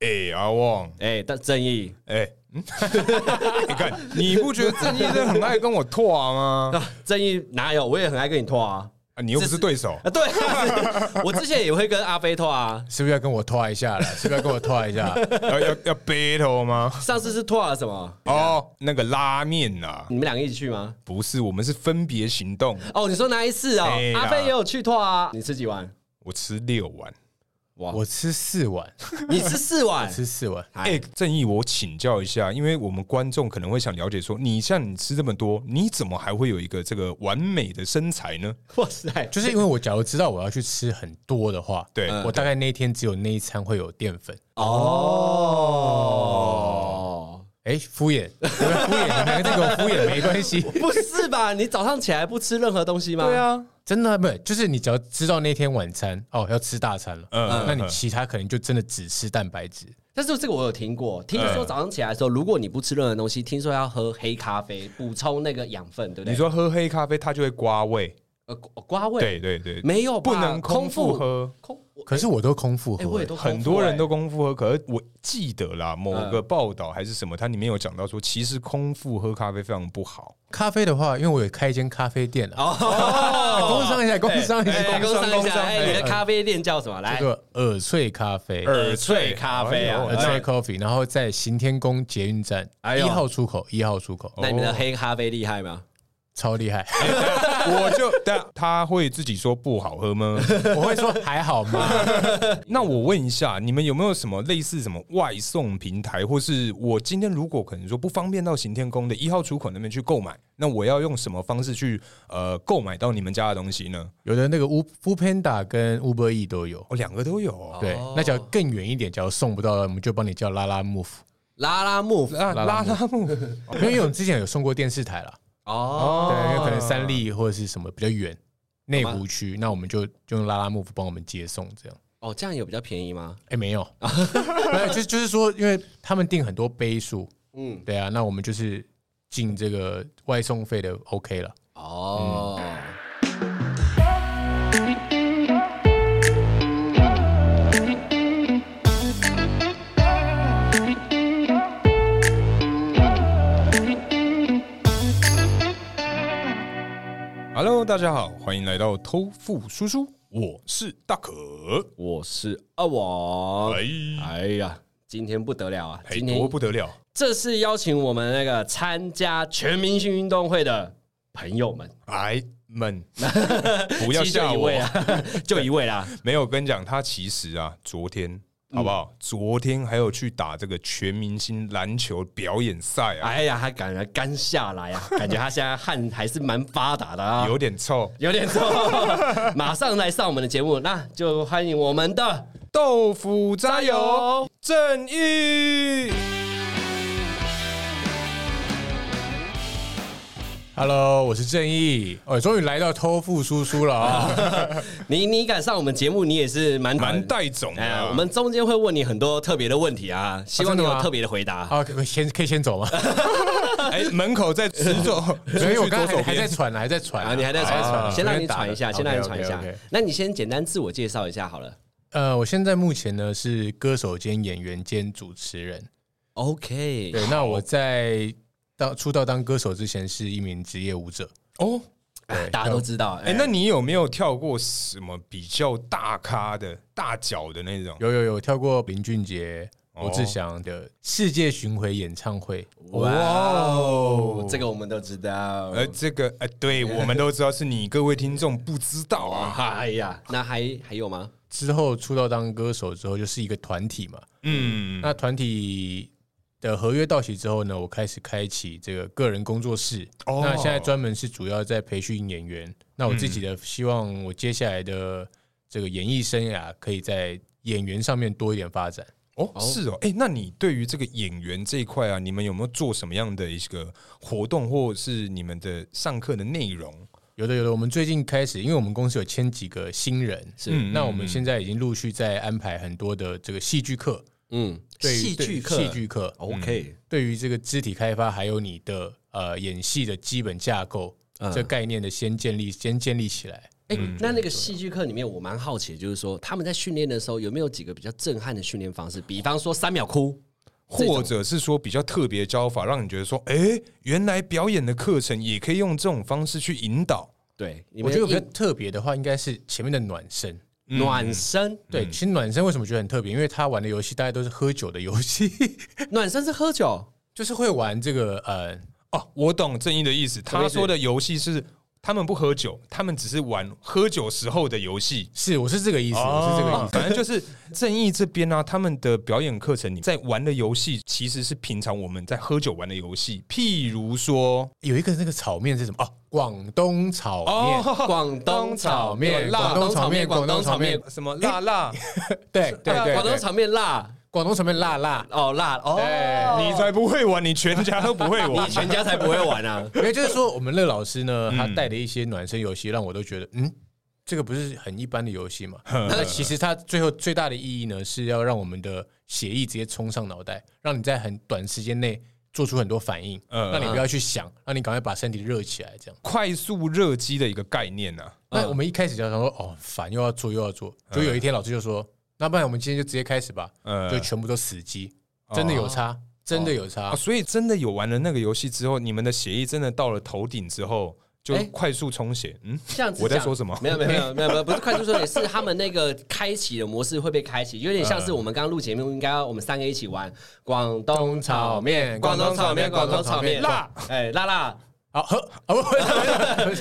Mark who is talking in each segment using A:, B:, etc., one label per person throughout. A: 哎，阿旺，
B: 哎，但正义
A: 哎，嗯 你看，你不觉得郑医生很爱跟我拓啊吗？
B: 啊，正义哪有？我也很爱跟你拓啊。
A: 啊你又不是对手，
B: 啊，对 啊，是我之前也会跟阿飞拓啊。
C: 是不是要跟我拖 一下了？是不是要跟我拖一下？
A: 要要要 battle 吗？
B: 上次是拓了什么？
A: 哦，那个拉面啊，
B: 你们两个一起去吗？
A: 不是，我们是分别行动。
B: 哦，你说那一次哦
A: 哎，呀
B: 阿飞也有去拓啊。你吃几碗？
A: 我吃六碗。
B: 哇，
C: 我吃四碗，
B: 你吃四碗，
C: 吃四碗，
B: 哎
A: 哎、正义，我请教一下，因为我们观众可能会想了解说，你像你吃这么多，你怎么还会有一个这个完美的身材呢？
B: 哇塞，
C: 就是因为我假如知道我要去吃很多的话，
A: 对
B: 嗯
C: 我大概那一天只有那一餐会有淀粉。
B: 哦，
C: 哎，敷衍，你们敷衍，你们两个在给我敷衍没关系。
B: 不是吧？你早上起来不吃任何东西吗？对啊，
C: 真的不是，就是你只要知道那天晚餐哦要吃大餐了，
A: 嗯
C: 那你其他可能就真的只吃蛋白质。
B: 但是这个我有听过，听说早上起来的时候，如果你不吃任何东西，听说要喝黑咖啡补充那个养分，对不对？
A: 你说喝黑咖啡，它就会刮胃。
B: 呃瓜瓜味，
A: 对对对，
B: 没有
A: 不
B: 吧
A: 能空腹喝。
B: 空，我
C: 可是我都空腹
B: 哎，我
C: 喝
B: 也，都空腹
A: 很多人
B: 哎嗯
A: 都空腹喝，可是我记得啦，某个报道还是什么，它里面有讲到说，其实空腹喝咖啡非常不 好。
C: 咖啡的话，因为我有开一间咖啡店啊，
B: 哦，
C: 工商一下，工商一
B: 哎
C: 下，
B: 工商一
A: 工
B: 下，
A: 商
B: 哎，你的咖啡店叫什么？来
C: 这，个耳萃咖啡，
B: 耳萃咖啡啊
C: 耳
A: 哎
C: 萃 coffee，然后在行天宫捷运站
B: 哎
C: 一
B: 呦
C: 号出口，一号出口，
B: 那你们的黑咖啡厉害吗？
C: 超厉害。
A: 呦我就但他会自己说不好喝 吗？
C: 我会说还好吗？
A: 那我问一下，你们有没有什么类似什么外送平台，或是我今天如果可能说不方便到行天宫的一号出口那边去购买，那我要用什么方式去呃购买到你们家的东西呢？
C: 有的那个 U U Panda 跟 Uber E 都有。
A: 哦，两个都有哦。
C: 对，那只要更远一点，只要送不到，我们就帮你叫拉拉木夫。
B: 拉哦拉木
A: 啊，拉拉木
C: 因为我们之前有送过电视台了，
B: 哦，
C: 对，因为可能三立或者是什么比较远内湖区，那我们就就用拉拉木夫帮我们接送这样。
B: 哦，这样有比较便宜吗？
C: 哎，没 有，没有，就是就是说，因为他们订很多杯数，
B: 嗯
C: 嗯，对啊，那我们就是进这个外送费的 OK 了。
B: 哦。
A: Hello，大家好，欢迎来到偷富叔叔，我是大可。
B: 我是阿王。
A: 哎，
B: 哎呀，今天不得了啊！
A: 哎
B: 今
A: 多
B: 天
A: 不得了！
B: 这是邀请我们那个参加全明星运动会的朋友们，
A: 哎 们，不要
B: 其实就
A: 吓
B: 一
A: 我
B: 位！啊，就一位啦。
A: 没有跟你讲，他其实啊，昨天好不
B: 嗯
A: 好？昨天还有去打这个全明星篮球表演赛啊，
B: 哎呀，他感觉干下来 啊，感觉他现在汗还是蛮发达的啊，
A: 有点臭。
B: 有点臭。 马上来上我们的节目，那就欢迎我们的
A: 豆腐
B: 加
A: 渣油
B: 油！哎
A: 正义，
C: Hello，我是正义，哦，终于来到偷富叔叔了 啊！
B: 你你敢上我们节目，你也是蛮
A: 蛮。带种的
B: 哎
A: 啊。
B: 呀，我们中间会问你很多特别的问题啊，希望你
C: 真的
B: 有
C: 吗
B: 特别的回答。
C: 啊，可先可以先走吗？
A: 哎，门口在直 走， 出
C: 没
A: 去
C: 有，我
A: 左
C: 刚才
A: 手
C: 还还在
A: 边。
C: 喘呢，还在喘
B: 啊，你还在传、
C: 啊
B: 先让你
C: 我在打
B: 喘一下，
C: 的
B: 先让你
C: OK，OK，
B: 喘一下
C: OK。
B: 那你先简单自我介绍一下好了。
C: 呃，我现在目前呢是歌手兼演员兼主持人。
B: OK，
C: 对，那我在当出道当歌手之前是一名职业舞者。
A: 哦，
B: 哎大家都知道。哎、
A: 哎，那你有没有跳过什么比较大咖的、大脚的那种？
C: 有有有跳过林俊杰、
A: 哦
C: 罗志祥的世界巡回演唱会，
B: 哇哦，哎这个我们都知道。
A: 呃，这个呃，对我们都知道是你，各位听众不知道啊。
B: 哎呀，那还还有吗？
C: 之后出道当歌手之后就是一个团体嘛。
A: 嗯，
C: 那团体的合约到期之后呢，我开始开启这个个人工作室。
A: 哦
C: 那现在专门是主要在培训演员。那我自己的希望，我接下来的这个演艺生涯可以在演员上面多一点发展。
A: 哦，是哦，哎，那你对于这个演员这一块啊，你们有没有做什么样的一个活动，或者是你们的上课的内容？
C: 有的有的，我们最近开始，因为我们公司有签几个新人，
B: 是
A: 嗯
C: 那我们现在已经陆续在安排很多的这个戏剧课，
B: 嗯，
C: 对于
B: 戏
C: 对
B: 剧课，
C: 戏剧嗯课，
B: OK，
C: 对于这个肢体开发，还有你的呃演戏的基本架构，这概念的先建立，先建立起来。
B: 哎、那那个戏剧课里面，我蛮好奇，就是说他们在训练的时候有没有几个比较震撼的训练方式？比方说三秒哭，
A: 或者是说比较特别教法，让你觉得说，哎、原来表演的课程也可以用这种方式去引导。
B: 对，你
C: 我
B: 们
C: 觉得有比较嗯
B: 一
C: 特别的话，应该是前面的暖身。
B: 暖身，
C: 对，其实暖身为什么觉得很特别？因为他玩的游戏大概都是喝酒的游戏，
B: 暖身是喝酒，
C: 就是会玩这个呃，
A: 哦，我懂正义的意思。他说的游戏是他们不喝酒，他们只是玩喝酒时候的游戏。
C: 是我是这个意思，我是这个意
A: 哦
C: 思。
A: 反正就是正义这边呢、他们的表演课程里在玩的游戏，其实是平常我们在喝酒玩的游戏，譬如说
C: 有一个那个炒面是什么？哦，广东炒
B: 哦
C: 面。
B: 广东
C: 哦炒
B: 炒
C: 面
B: 面、
C: 广
B: 广
C: 东
B: 东
C: 炒
B: 炒
C: 面
B: 面、
C: 广
B: 广
C: 东
B: 东
C: 炒
B: 炒
C: 面
B: 面、
A: 什么辣辣，
C: 对对对，
B: 广
C: 对
B: 东炒面辣
C: 广东炒面辣辣，
B: 哦辣哦，
A: 哎你才不会玩，你全家都不会玩
B: 你。全家才不会玩啊！
C: 因为就是说，我们乐老师呢，他带了一些暖身游戏，让我都觉得，嗯，这个不是很一般的游戏嘛。
A: 呃
B: 嗯
C: 那其实它最后最大的意义呢，是要让我们的血液直接冲上脑袋，让你在很短时间内做出很多反应，
A: 嗯
C: 让你不要去想，让你赶快把身体热起来，这样。
A: 快速热机的一个概念呢、啊，
C: 那我们一开始就想说，哦，烦，又要做又要做，就有一天老师就说，那不然我们今天就直接开始吧，
A: 嗯哦
C: 就全部都死机，真的有差，真的有差
A: 啊，，所以真的有玩了那个游戏之后，你们的血液真的到了头顶之后，就
B: 哎
A: 快速充血。嗯，
B: 这样子
A: 我在
B: 讲
A: 说什么
B: 没有没有没有 没有没有，不是快速说也是他们那个开启的模式会被开启，有点像是我们刚刚录节目，应该要我们三个一起玩广东炒面、广
C: 广东
B: 东
C: 炒
B: 炒
C: 面
B: 面、
C: 广
B: 广
C: 东
B: 东
C: 炒
B: 炒
C: 面
B: 面
A: 辣，
B: 哎辣辣。
C: 好哦喝，哦，不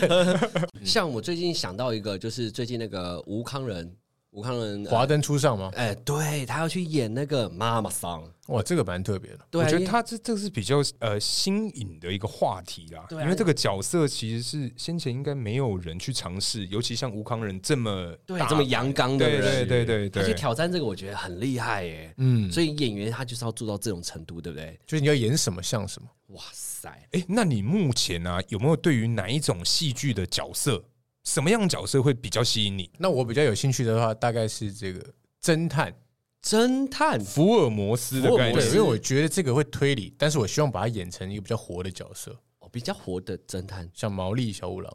C: 是
B: 像我最近想到一个，就是最近那个吴康仁，吴康仁，
C: 华灯初上吗？
B: 哎、对他要去演那个妈妈桑，
C: 哇，这个蛮特别的。
B: 对
A: 我
B: 啊，
A: 觉
B: 因
A: 得
B: 为
A: 他这这是比较呃新颖的一个话题啦，
B: 对啊
A: 因为这个角色其实是先前应该没有人去尝试，尤其像吴康仁这么
B: 对
A: 大
B: 这么阳刚的
A: 对
B: 人，
A: 对对对
B: 他
A: 对，
B: 去挑战这个，我觉得很厉害耶。
C: 嗯，
B: 所以演员他就是要做到这种程度，对不对？
C: 就是你要演什么像什么。
B: 哇塞，
A: 哎，那你目前啊有没有对于哪一种戏剧的角色，什么样的角色会比较吸引你？
C: 那我比较有兴趣的话，大概是这个侦探，
B: 侦探
A: 福尔摩斯的
B: 福尔
A: 概
B: 摩
C: 对，因
A: 念
B: 斯
C: 为我觉得这个会推理，但是我希望把它演成一个比较活的角色，
B: 哦，比较活的侦探
C: 像毛利小五郎。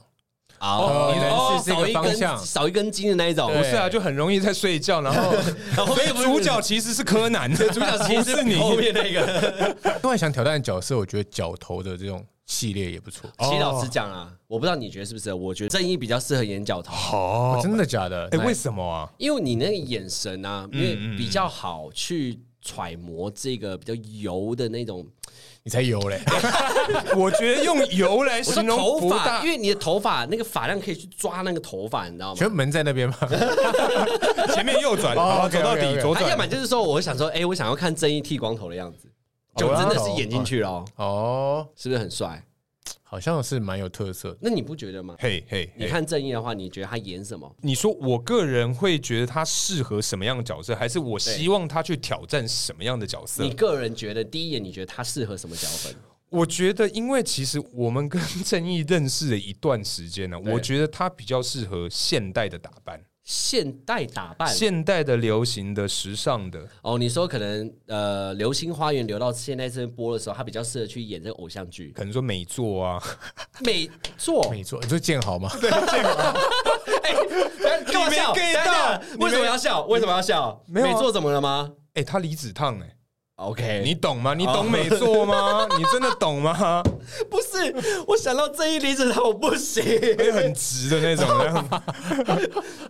B: 哦
C: 可能
B: 哦
C: 是这个
B: 少一
C: 方向
B: 根少一根筋的那一种
C: 对，
A: 不是啊，就很容易在睡觉，然后
B: 然后
A: 所以
B: 面不是
A: 主角其实是柯南，主
B: 主角其 实
A: 是你
B: 后面那个。
C: 另外想挑战的角色，我觉得角头的这种系列也不错。
B: 齐老师讲啊，我不知道你觉得是不是？我觉得正义比较适合演角 头，
A: 好
C: 哦，真的假的？
A: 哎，
C: 那
A: 为什么啊？
B: 因为你那个眼神啊，因为比较好去揣摩这个比较油的那种。
C: 你才有嘞？
A: 我觉得用油来
B: 我说
A: 形容
B: 头
A: 不
B: 发，
A: 大
B: 因，为你的头发那个发量可以去抓那个头发，你知道吗？
C: 全门在那边吗？
A: 前面右转，
C: 哦
A: 好，
C: OK，OK，
A: 走到底
C: OK，OK
A: 左
B: 他要
A: 转
B: 么。就是说，我想说，哎，我想要看正义剃光头的样子，就
C: 哦
B: 真的是演进去了哦，
C: 哦，
B: 是不是很帅？
C: 好像是蛮有特色的。
B: 那你不觉得吗？
A: 嘿嘿，
B: 你
A: 嘿
B: 看正义的话，你觉得他演什么？
A: 你说我个人会觉得他适合什么样的角色，还是我希望他去挑战什么样的角色
B: 你？个人觉得第一眼你觉得他适合什么脚本？
A: 我觉得，因为其实我们跟 正义认识了一段时间了，
B: 对
A: 我觉得他比较适合现代的打扮，
B: 现代打扮
A: 现代的流行的、时尚的。
B: 哦，你说可能呃，《流星花园》流到现在这边播的时候，他比较适合去演这个偶像剧。
A: 可能说美作啊，
B: 美作，
C: 没错，你说建豪吗？
B: 哎， 干
A: 你
B: 嘛笑？
A: 没 get
B: 等一下
A: 到
B: 为什么要笑？为什么要笑？
A: 没有啊
B: 美作怎么了吗
A: 哎、他离子烫哎、
B: ？OK，
A: 你懂吗？你
B: 哦
A: 懂美作吗？你真的懂吗？
B: 不是我想到这一离子烫，我不 行。
A: 哎，很直的那种，这样
B: 等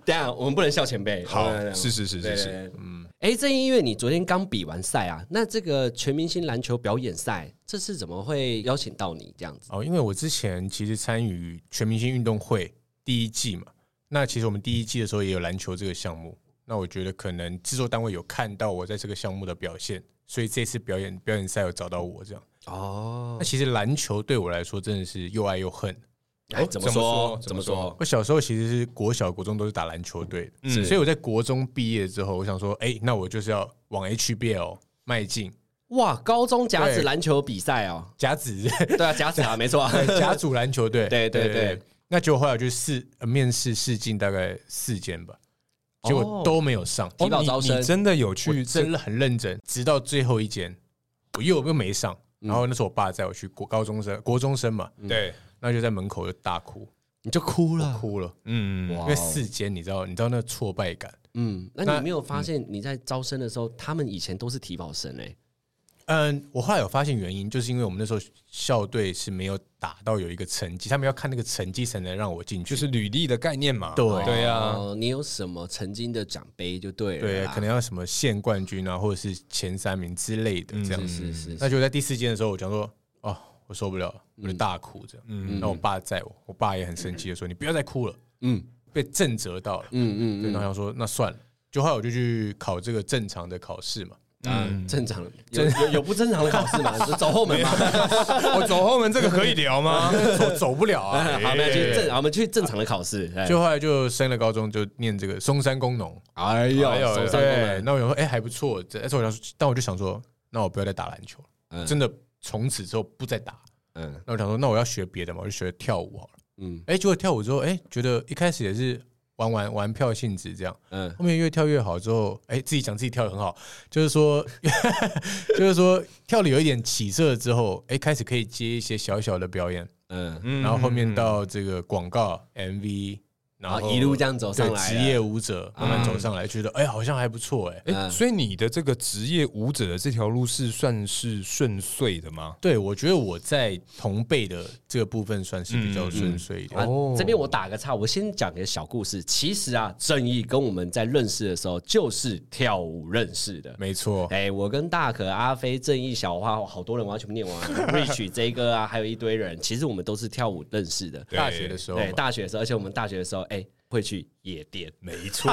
B: 一下我们不能笑前辈。
A: 好
B: 我们不能笑
A: 是是哦是是是，
B: 嗯。哎，正因为你昨天刚比完赛啊，那这个全明星篮球表演赛，这次怎么会邀请到你这样子？
C: 哦，因为我之前其实参与全明星运动会第一季嘛，那其实我们第一季的时候也有篮球这个项目，那我觉得可能制作单位有看到我在这个项目的表现，所以这次表演表演赛有找到我这样。
B: 哦
C: 那，其实篮球对我来说真的是又爱又恨。
B: 哎，怎么
A: 怎么说
B: 说？
A: 怎
B: 怎
A: 么
B: 么
A: 说
B: 说？
C: 我小时候其实是国小、国中都是打篮球队的，
A: 嗯
C: 所以我在国中毕业之后，我想说，哎、那我就是要往 HBL 迈进，
B: 哇，高中甲
C: 对
B: 子篮球比赛哦，
C: 甲子
B: 对啊，甲子啊，没错 啊，
C: 甲组篮球队，
B: 对对对。
C: 那结果后来我就试呃面试试进大概四间吧，
B: 哦
C: 结果都没有上，
B: 提早招
A: 你你
B: 生，
A: 真的有
C: 去
A: 去
C: 真的很认真，直到最后一间，我又又没
B: 嗯
C: 上。然后那时候我爸载我去国高中生、国中生嘛，
A: 对，
C: 那就在门口就大哭，
B: 你就哭了。
C: 哭了，
A: 嗯，
B: 哇
C: 因
B: 哦
C: 为世间你知道，你知道那挫败感。
B: 嗯，那
C: 那
B: 你没有发现你在招生的时候，他们以前都是体保生哎、
C: 嗯，我后来有发现原因，就是因为我们那时候校队是没有打到有一个成绩，他们要看那个成绩才能让我进去。
A: 就是履历的概念嘛。
C: 对
A: 对啊，
B: 哦，你有什么曾经的奖杯就对了啊
C: 对，
B: 啦
C: 可能要什么县冠军啊，或者是前三名之类的这样
B: 嗯是
C: 子。
B: 是是
C: 那
B: 是，
C: 就在第四间的时候，我讲说，哦，我受不了了，我就大哭这样。嗯，那我爸在我，我爸也很生气的说，你不要再哭了，
B: 嗯
C: 被震折到了。
B: 嗯
C: 对，
B: 嗯
C: 然后想说那算了，就后来我就去考这个正常的考试 嘛。
B: 嗯，啊，正 常的，有有有不正常的考试吗？就走后门嘛。
A: 我哦走后门这个可以聊吗？
C: 走走不了啊。
B: 好，那就正，好我们去正常的考试。哎
C: 就后来就升了高中，就念这个松山工农。
B: 哎呦
C: 哎呦
B: 手上功
C: 对，
B: 能
C: 那我想说，哎、还不错。这但是我想说，但我就想说，那我不要再打篮球了，
B: 嗯
C: 真的从此之后不再打。
B: 嗯
C: 那我想说，那我要学别的嘛，我就学跳舞好了。
B: 嗯
C: 哎、结果跳舞之后，哎、觉得一开始也是玩玩玩票性质这样，
B: 嗯，
C: 后面越跳越好之后，哎、自己讲自己跳的很好，就是说， 就是说跳的有一点起色之后，哎、开始可以接一些小小的表演，
B: 嗯，
A: 嗯
C: 然后后面到这个广告 MV，然
B: 然
C: 后
B: 后啊一路这样走上
C: 对
B: 来
C: 职
B: 了，
C: 业舞者慢慢走上来，觉得哎、好像还不错哎、
A: 哎、
B: 嗯
A: 所以你的这个职业舞者的这条路是算是顺遂的吗？
C: 对，我觉得我在同辈的这个部分算是比较顺遂一点。
B: 啊
C: 哦，
B: 这边我打个岔，我先讲个小故事。其实啊，正义跟我们在认识的时候就是跳舞认识的。
C: 没错，
B: 哎、我跟大可、阿飞、正义、小花，好多人，我要全部念完。Rich、J 哥啊，还有一堆人，其实我们都是跳舞认识的。
C: 大学的时候嘛
B: 对，大学的时候，而且我们大学的时候，哎、会去夜店。
A: 没错，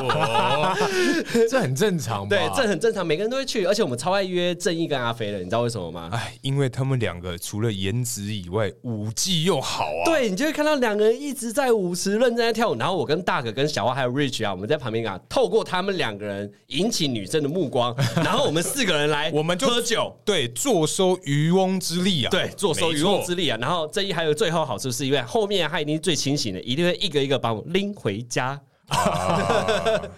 C: 这很正常吧？
B: 对，这很正常，每个人都会去，而且我们超爱约正义跟阿飞的，你知道为什么吗？
A: 哎，因为他们两个除了颜值以外，舞技又好啊。
B: 对，你就会看到两个人一直在舞池认真在跳舞，然后我跟大可、跟小花还有 Rich 啊，我们在旁边啊，透过他们两个人引起女生的 目光，然后我们四个人来，
A: 我们就
B: 喝酒，
A: 对，坐收渔翁之利啊。
B: 对，坐收渔翁之
A: 利。
B: 利啊。然后这一还有最后好处是因为后面他一定是最清醒的，一定会一个一个把我们拎回家。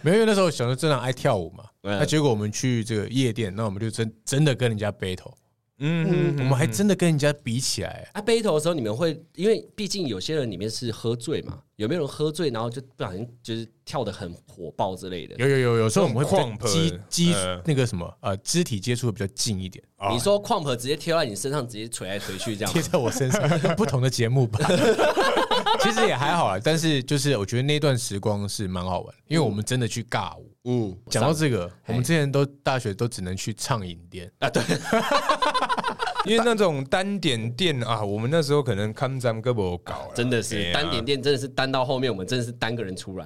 C: 没有因为那时候小时候真的爱跳舞嘛。
B: 嗯
C: 那结果我们去这个夜店，那我们就真真的跟人家 battle，
A: 嗯，
C: 我们还真的跟人家比起来。
B: 啊，battle 的时候你们会，因为毕竟有些人里面是喝醉嘛，有没有人喝醉然后就不小心就是跳的很火爆之类的？
C: 有有有，有时候我们
A: 那种
C: 会
A: crump，
C: 肌肌
A: 呃
C: 那个什么呃肢体接触的比较近一点，
B: 你说矿婆直接贴在你身上，直接捶来捶去这样吗
C: 贴？在我身上， 不同的节 目吧。其实也还好啦，但是就是我觉得那段时光是蛮好玩，因为我们真的去尬舞。
B: 嗯，
C: 讲到这个，我们之前都大学都只能去畅饮店，
B: 啊
A: 因为那种单点店啊，我们那时候可能看咱们胳膊搞了，
B: 真的是、
A: 哎呀
C: 啊
B: 单点店，真的是单到后面，我们真的是单个人 出来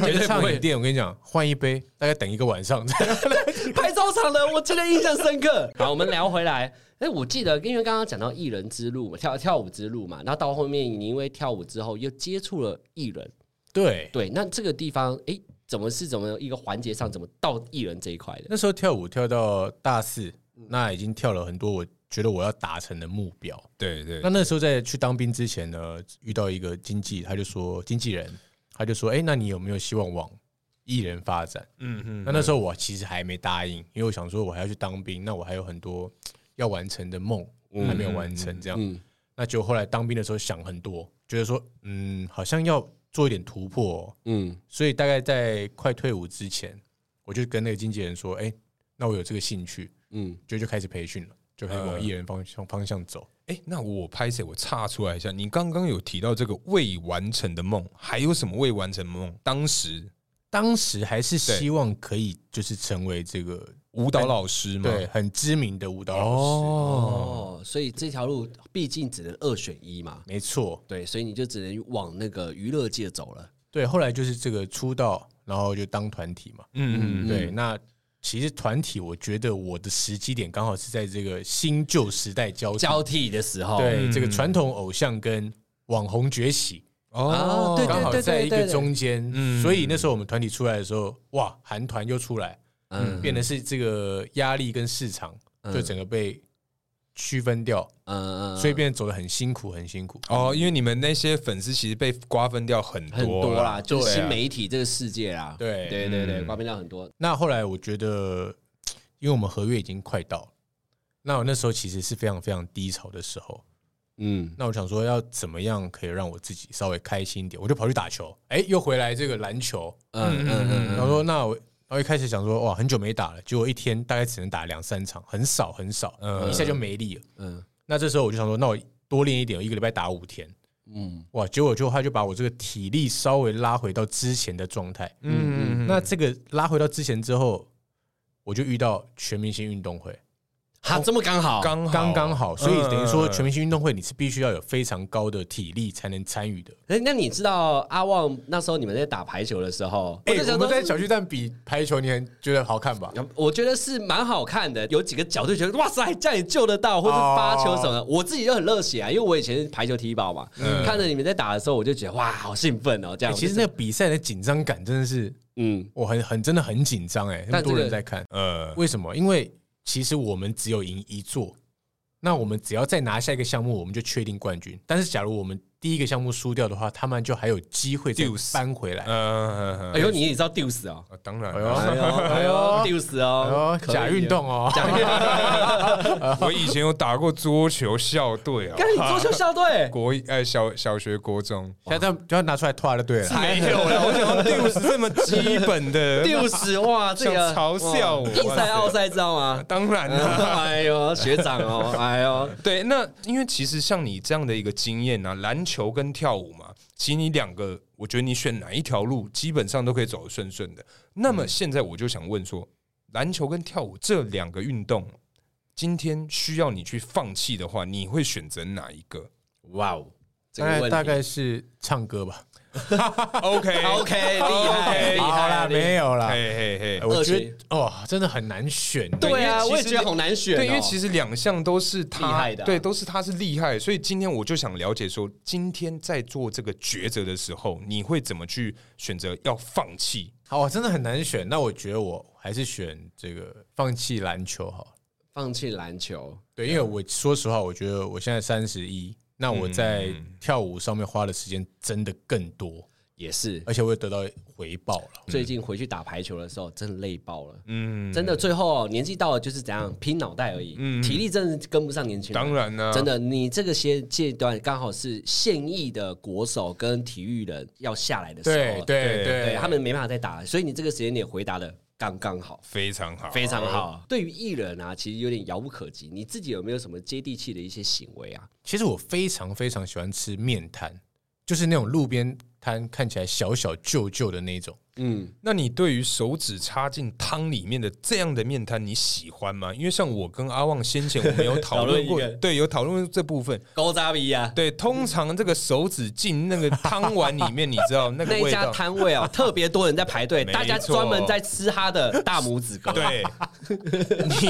C: 那
B: 绝
C: 个
B: 对不
C: 畅
B: 会
C: 饮店，我跟你讲，换一杯大概等一个 晚上。
B: 拍照场的，我真的印象深 刻。好，我们聊回来。哎、我记得，因为刚刚讲到艺人之路嘛，跳跳舞之路嘛，然后到后面你因为跳舞之后又接触了艺人，
C: 对，
B: 对，那这个地方，哎、怎么是怎么一个环节上怎么到艺人这一块的？
C: 那时候跳舞跳到大四，那已经跳了很多，我觉得我要达成的目标。
A: 对对
C: 那那时候在去当兵之前呢，遇到一个经纪，他就说经纪人，他就说，哎、那你有没有希望往艺人发展？
A: 嗯嗯，
C: 那那时候我其实还没答应，因为我想说我还要去当兵，那我还有很多要完成的梦还没有完成，这样。
B: 嗯
C: 那就后来当兵的时候想很多，觉得说，嗯，好像要做一点突破哦、
B: 嗯
C: 所以大概在快退伍之前，我就跟那个经纪人说，哎、那我有这个兴趣，
B: 嗯，
C: 就就开始培训了，就开始往艺人方向方向走。
A: 哎，那我拍谁？我岔出来一下，你刚刚有提到这个未完成的梦，还有什么未完成的梦？当时
C: 当时还是希望可以就是成为这个
A: 舞蹈老师嘛，
C: 对很知名的舞蹈老师，
B: 哦，所以这条路毕竟只能二选一嘛，
C: 没错。
B: 对，所以你就只能往那个娱乐界走了。
C: 对，后来就是这个出道，然后就当团体嘛。
A: 嗯嗯，
C: 对，那其实团体，我觉得我的时机点刚好是在这个新旧时代交替，
B: 交替嗯的时候，
C: 对、这个传统偶像跟网红崛起，
A: 哦
B: 啊，对
C: 刚好在一
B: 对
C: 个
B: 对
C: 中间。
A: 嗯
C: 所以那时候我们团体出来的时候，哇，韩团又出来，
B: 嗯
C: 变得是这个压力跟市场就整个被区分掉，
B: 嗯嗯，
C: 所以变得走得很辛苦，很辛苦。
A: 哦，因为你们那些粉丝其实被瓜分掉很多
B: 很多啦，就是
C: 对啊
B: 新媒体这个世界啦。
C: 对
B: 对对对，瓜分掉很多。
C: 那后来我觉得，因为我们合约已经快到了，那我那时候其实是非常非常低潮的时候。
B: 嗯，
C: 那我想说，要怎么样可以让我自己稍微开心一点？我就跑去打球，哎、又回来这个篮球。
B: 嗯嗯嗯，
C: 然后说，那我，然后一开始想说，哇，很久没打了，结果一天大概只能打两三场，很少很少，一下就没力了。
B: 嗯
C: 那这时候我就想说，那我多练一点，我一个礼拜打五天。
B: 嗯
C: 哇，结果就他就把我这个体力稍微拉回到之前的状态。
A: 嗯，
C: 那这个拉回到之前之后，我就遇到全明星运动会，
B: 哈，这么刚好，
A: 刚
C: 刚刚好，所以等于说
A: 嗯
C: 全明星运动会你是必须要有非常高的体力才能参与的。
B: 哎，那你知道阿旺那时候你们在打排球的时候，
C: 哎、
B: 就
C: 我
B: 想
C: 们
B: 说嗯
C: 在小巨蛋比排球，你很觉得好看吧？
B: 我觉得是蛮好看的，有几个角度觉得哇塞，这样也救得到，或是发球什么的，我自己就很热血啊，因为我以前是排球踢爆嘛，看着你们在打的时候，我就觉得哇，好兴奋哦，这
C: 哎、
B: 样。
C: 其实那个比赛的紧张感真的是，
B: 嗯，
C: 我很很真的很紧张哎，那么
B: 但这
C: 多
B: 个
C: 人在看，
A: 呃，
C: 为什么？因为其实我们只有赢一座，那我们只要再拿下一个项目，我们就确定冠军。但是假如我们第一个项目输掉的话，他们就还有机会再
A: Deuce
C: 扳回来。
A: 呃，
B: 哎呦，你也知道 deuce 哦，
A: 啊当然
C: 哎呦
A: 啊，
B: 哎呦哎呦 deuce 哦
C: 哦，，假运动哦，
B: 可以哦，
A: 我以前有打过桌球校队啊
B: 假，，看你桌球校队，
A: 国呃小小学国中，
C: 现在就要拿出来拖就对 了。
A: 没有啦，我想说六十这么基本的，
B: deuce 哇，这
A: 想
B: 个
A: 嘲笑我
B: 哇硬赛奥赛知道 吗？
A: 当然啦、
B: 哎呦，学长哦，哎呦，
A: 对，那因为其实像你这样的一个经验啊，篮球跟跳舞嘛，其实你两个，我觉得你选哪一条路，基本上都可以走得顺顺的。那
B: 嗯
A: 么现在我就想问说，篮球跟跳舞这两个运动，今天需要你去放弃的话，你会选择哪一个
B: 哇哦，这
C: 大
B: 个问题
C: 概大概是唱歌吧，
A: ？OK
B: OK，厉害
A: OK，
B: 厉
C: 好
B: 害
C: 啦，
B: 厉害
C: 没有啦。
A: 嘿嘿
C: 哎
A: 嘿，
C: 我觉
B: 二
C: 得哦，真的很难选。
B: 对
A: 因为
B: 啊，
A: 其
B: 我也
A: 实
B: 觉得好难选哦。
A: 对，因为其实两项都是他
B: 厉害的啊
A: 对，都是他是厉害，所以今天我就想了解说，今天在做这个抉择的时候，你会怎么去选择要放弃？
C: 好，真的很难选。那我觉得我还是选这个放弃篮球好了。
B: 放弃篮球，
C: 对，因为我说实话，我觉得我现在三十一，那我在跳舞上面花的时间真的更多，
B: 也是。
A: 嗯
C: 而且我也得到回报了。
B: 最近回去打排球的时候，真的累爆了。
A: 嗯，
B: 真的，最后哦年纪到了就是怎样拼脑袋而已，体力真的跟不上年轻人。
A: 当然啊呢、
B: 真的，你这个些阶段刚好是现役的国手跟体育人要下来的时
C: 对
B: 候，啊
C: 对
A: 对
C: 对，
B: 他们没办法再打了，所以你这个时间点回答的刚刚好。
A: 非常好，
B: 非常。好。对于艺人啊，其实有点遥不可及。你自己有没有什么接地气的一些行为啊？
C: 其实我非常非常喜欢吃面摊，就是那种路边摊，看起来小小旧旧的那种。
B: 嗯，
A: 那你对于手指插进汤里面的这样的面摊，你喜欢吗？因为像我跟阿旺先前我们有讨论过
B: 讨论一个，
A: 对，有讨论这部分。
B: 高扎比啊，
A: 对，通常这个手指进那个汤碗里面，你知道那个
B: 那一
A: 味
B: 家
A: 道，
B: 摊位哦，特别多人在排 队，
A: 没
B: 大家
A: 错
B: 专门在吃他的大拇指糕。
A: 对，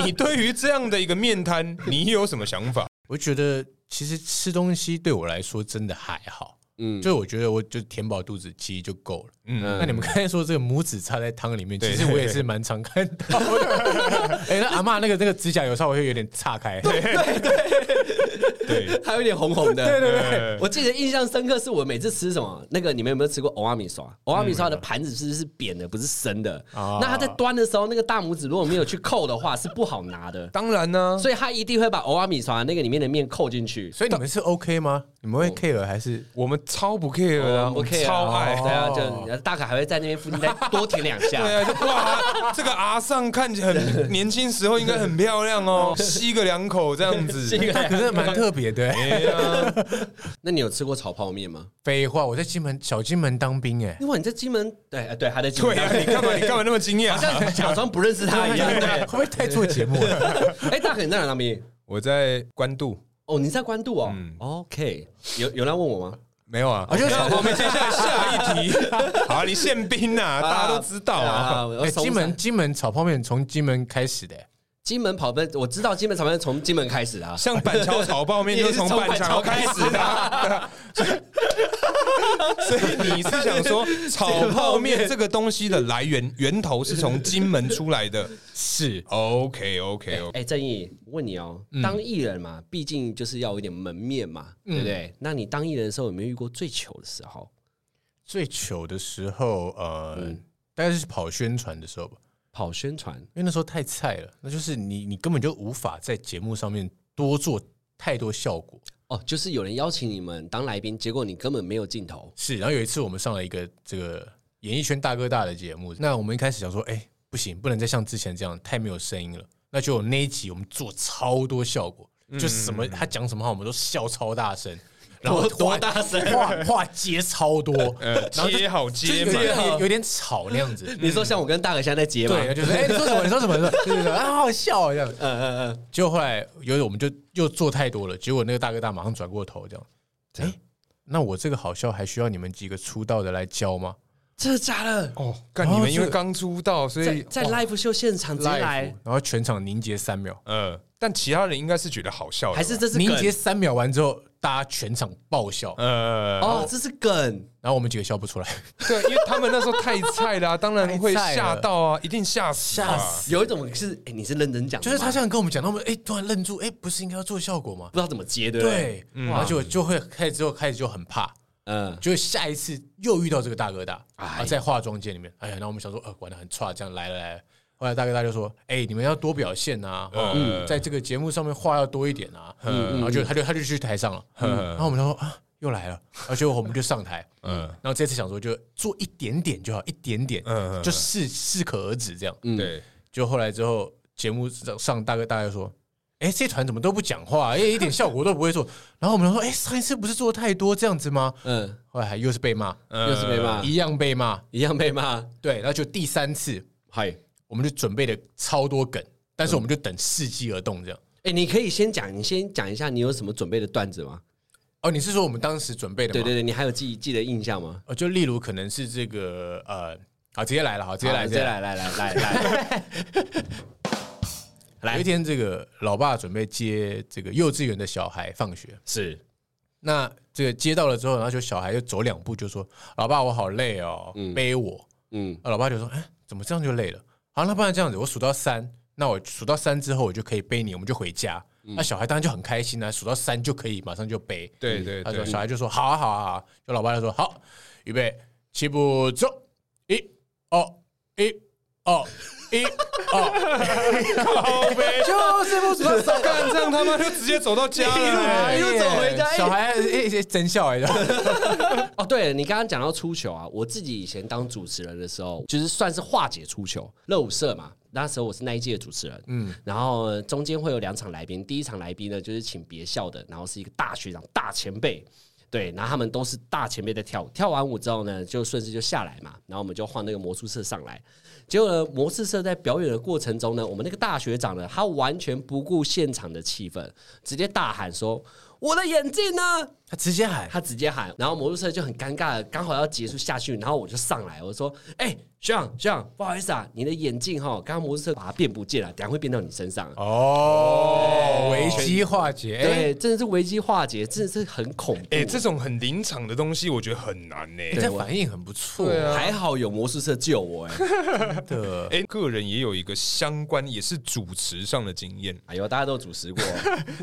A: 你对于这样的一个面摊，你有什么想法？
C: 我觉得其实吃东西对我来说真的还好，
B: 嗯，
C: 就是我觉得我就填饱肚子其实就够了。
A: 嗯，
C: 那你们刚才说这个拇指插在汤里面，
A: 对
C: 其实我也是蛮常看到 的。哎、那阿嬷那个那个指甲有稍微会有点岔 开。
A: 对，
B: 还有一点红红的。对对
A: 对
B: 我记得印象深刻是我每次吃什么，那个你们有没有吃过欧阿米刷？欧阿米刷的盘子其实是扁的，不是深的。
C: 哦
B: 那他在端的时候，那个大拇指如果没有去扣的话，是不好拿的。
A: 当然啊呢、
B: 所以他一定会把欧阿米刷那个里面的面扣进去，
C: 所以你们是 OK 吗？你们会
A: 哦
C: care 还是？
A: 我们超不 care 的啊、
B: 我
A: 我
B: 们
A: 们
B: care 啊
A: 超爱。
B: 对啊，就大可还会在那边附近再多舔两
A: 对
B: 下。
A: 啊，就哇，这个阿尚看起来很年轻时候应该很漂亮哦，吸个两口这样子。
C: 但哎可是蛮特别的、
A: 哎呀
B: 那你有吃过炒泡面吗？
C: 废话，我在金门小金门当兵哎、
B: 因为你在金门，对呃对，还在金门
A: 对，啊，你干嘛？你 啊干嘛那么惊
B: 好
A: 讶？
B: 像假装不认识他
A: 哎
B: 一样。
C: 会
B: 对，
C: 不会太做节目啊 了？
B: 哎，大可你在哪当兵？
A: 我在关渡，
B: 哦，你在关渡哦。OK，有有人问我吗？
A: 没有啊。
C: 我就
A: 那我们接下来下一题。好、啊，你宪兵呐、啊，大家都知道啊。
B: 我
C: 哎
B: 松
C: 金门
B: 山
C: 金门炒泡面从金门开始的、哎
B: 金门跑奔，我知道金门炒面从金门开始的啊。
A: 像板桥炒泡面就是从板桥开始的啊、所以所以你是想说炒泡面这个东西的来源源头是从金门出来的
C: 是
A: ？OK OK OK，
B: 哎，正义，我问你哦，
C: 嗯
B: 当艺人嘛，毕竟就是要有一点门面嘛，对不
C: 嗯
B: 对？那你当艺人的时候有没有遇过最糗的时候？
C: 最糗的时候，呃，
A: 嗯
C: 大概是跑宣传的时候吧，
B: 跑宣传，
C: 因为那时候太菜了，那就是你你根本就无法在节目上面多做太多效果。
B: 哦，就是有人邀请你们当来宾，结果你根本没有镜头。
C: 是，然后有一次我们上了一个这个演艺圈大哥大的节目，那我们一开始想说，哎、不行，不能再像之前这样太没有声音了。那就那一集我们做超多效果，就是什么他讲什么话，我们都笑超大声，然后
B: 多
C: 话
B: 多大声
C: 话话接超多，
A: 呃，
C: 然后就
A: 接好
C: 就是
A: 接
C: 有
A: 嘛，
C: 点有点吵那样子。
B: 你说像我跟大可现在在接吗？
C: 对，就是哎、你说什么？你说什么？就是说啊，好好笑啊这样。
B: 嗯嗯嗯，
C: 结果后来有我们就又做太多了，结果那个大哥大马上转过头这样，哎、那我这个好笑还需要你们几个出道的来教吗？
B: 真的假的？
A: 哦，干
C: 哦
A: 你们因
C: 这
A: 为
C: 个
A: 刚出道，所
B: 在
A: 以
B: 在
A: 哇
B: live 秀现场直接
C: Live，
B: 来，
C: 然后全场凝结三秒，
A: 呃，但其他人应该是觉得好笑的吧，
B: 还是这是
C: 凝
B: 梗
C: 结？三秒完之后，大家全场爆笑，
A: 呃
B: 哦，这是梗。
C: 然后我们几个笑不出来，
A: 对，因为他们那时候太菜 啦、当然会
C: 太菜了
A: 吓到啊，一定吓死、啊，
C: 吓死
B: 有一种是，哎，你是认真讲的
C: 就
B: 吗，
C: 是他这样跟我们讲，他们哎、突然愣住，哎、不是应该要做效果吗
B: 不？知道怎么接，对不对？
C: 对，然后就就会开始之后开始就很怕，
B: 嗯，
C: 就下一次又遇到这个大哥大，
B: 哎
C: 啊，在化妆间里面，哎呀，那我们想说，呃，玩的很差，这样来了来了。后来大哥大就说：“哎、你们要多表现啊，哦
A: 嗯
C: 在这个节目上面话要多一点啊。然后就他就他就去台上了，
A: 嗯
C: 然后我们想说啊，又来了，而且我们就上台，嗯，然后这次想说就做一点点就好，一点点，
A: 嗯嗯
C: 就适适可而止这样。
B: 嗯
A: 对，
C: 就后来之后节目上上大哥大就说。哎，这团怎么都不讲话？哎，一点效果都不会做。然后我们说，哎，上一次不是做太多这样子吗？
B: 嗯，
C: 后来还又是被骂，
B: 又是被骂，
C: 一样被骂。
B: 一样被骂。
C: 对，然后就第三次，
B: 嗨，哎，
C: 我们就准备了超多梗，但是我们就等伺机而动这样。
B: 哎你可以先讲，你先讲一下你有什么准备的段子吗？
C: 哦，你是说我们当时准备的吗？
B: 对对对，你还有记记得印象吗？
C: 哦，就例如可能是这个呃，好，直接来了，好，直接来，
B: 好直接。啊来来来来来， 来
C: 有一天，这个老爸准备接这个幼稚园的小孩放学，
B: 是
C: 那这个接到了之后，然后就小孩就走两步就说：“老爸，我好累哦，背我。
B: 嗯”
C: 啊，老爸就说：“哎，怎么这样就累了？好，那不然这样子，我数到三，那我数到三之后，我就可以背你，我们就回家。那小孩当然就很开心啊，数到三就可以马上就背。嗯
A: 对对
C: 他说
A: 对，
C: 小孩就说好啊好啊好啊，就老爸就说好，预备起步走，一哦一哦一哦，就是不知道
A: 干这样他妈就直接走到
C: 哎
A: 家了、哎
B: 一路走回家
C: 小孩一些真笑来的，
B: 哦，对了，你刚刚讲到出糗啊，我自己以前当主持人的时候，就是算是化解出糗，热舞社嘛。那时候我是那一届的主持人，嗯，然后呃中间会有两场来宾，第一场来宾呢就是请别校的，然后是一个大学长、大前辈，对，然后他们都是大前辈在跳舞，跳完舞之后呢，就顺势就下来嘛，然后我们就换那个魔术社上来，结果呢，魔术社在表演的过程中呢，我们那个大学长呢，他完全不顾现场的气氛，直接大喊说：“我的眼镜呢？”
C: 他直接喊
B: 他直接喊，然后魔术社就很尴尬，刚好要结束下去，然后我就上来，我说：“哎、学长，学长，不好意思啊，你的眼镜哈，刚刚魔术社把它变不见了，等下会变到你身上。
C: 哦，危机化解，哎
B: 对，真的是危机化解，真的是很恐怖。
A: 哎、这种很临场的东西，我觉得很难欸呢、
C: 哎，这反应很不错，
B: 还好有魔术社救我、哎，
C: 真的。
A: 哎、个人也有一个相关，也是主持上的经验。
B: 哎呦，大家都主持过，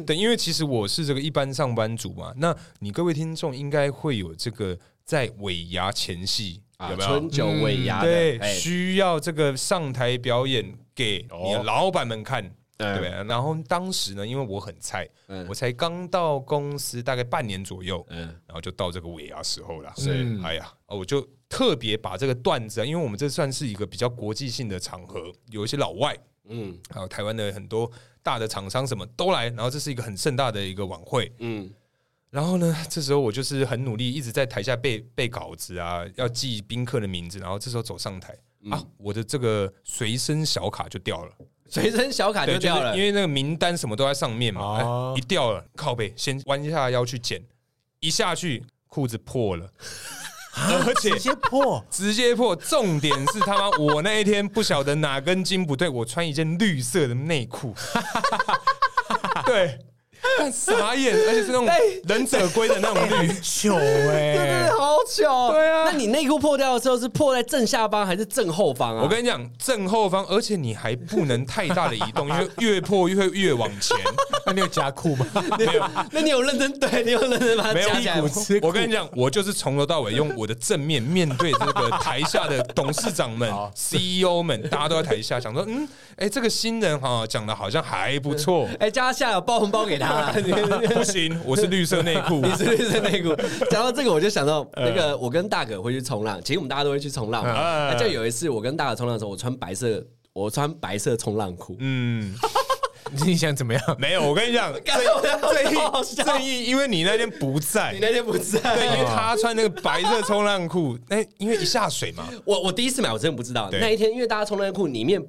A: 对，因为其实我是这个一般上班族嘛，那你各位听众应该会有这个在尾牙前戏，
B: 啊
A: 有，没有？
B: 春酒尾牙的，
A: 对，
B: 哎哦
A: 需要这个上台表演给你的老板们看。对不对，然后当时呢，因为我很菜，
B: 嗯
A: 我才刚到公司大概半年左右，
B: 嗯，
A: 然后就到这个尾牙时候了。
B: 是
A: 嗯哎呀，我就特别把这个段子啊，因为我们这算是一个比较国际性的场合，有一些老外，
B: 嗯
A: 还有啊台湾的很多大的厂商什么都来，然后这是一个很盛大的一个晚会，
B: 嗯，
A: 然后呢，这时候我就是很努力，一直在台下背背稿子啊，要记宾客的名字。然后这时候走上台、
B: 嗯
A: 啊，我的这个随身小卡就掉了，
B: 随身小啊卡就掉
A: 就
B: 了，
A: 是哎因为那个名单什么都在上面嘛，
C: 哦
A: 哎一掉了，靠背先弯下腰去捡，一下去裤子破了，而且
C: 直接破，
A: 直接破。重点是他妈，我那一天不晓得哪根筋不对，我穿一件绿色的内 裤，对。
C: 哎
A: 但傻眼，而且是那种忍者龟的那种绿，
C: 很糗哎，
B: 好糗。
A: 对啊
B: 那你内裤破掉的时候是破在正下方还是正后方啊？
A: 我跟你讲，正后方，而且你还不能太大的移动，因为越破越会越往前。
C: 那你有夹裤 吗？
B: 没有， 那你有认真对，你有认真把它
A: 没有
B: 夹起来吗。
C: 吃苦
A: 我跟你讲，我就是从头到尾用我的正面面对这个台下的董事长们、CEO 们，大家都在台下想说，嗯，哎、这个新人哈、讲的好像还不 错，
B: 哎、叫他下来包红包给他、
A: 不行，我是绿色内裤，
B: 你是不是内裤？讲到这个，我就想到那个，我跟大可会去冲浪。其实我们大家都会去冲浪嘛。
A: 嗯
B: 那就有一次，我跟大可冲浪的时候，我穿白色，我穿白色冲浪裤。
A: 嗯，
C: 你想怎么样？
A: 没有，我跟你讲，
B: 干我要
A: 正
B: 好好
A: 义
B: 笑
A: 正义，因为你那天不在
B: 你。那天不啊
A: 对，因为
B: 在，
A: 他穿那个白色冲浪裤，哎，因为一下水嘛，
B: 我我第一次买，我真的不知道。
A: 对
B: 那一天，因为大家冲浪裤里面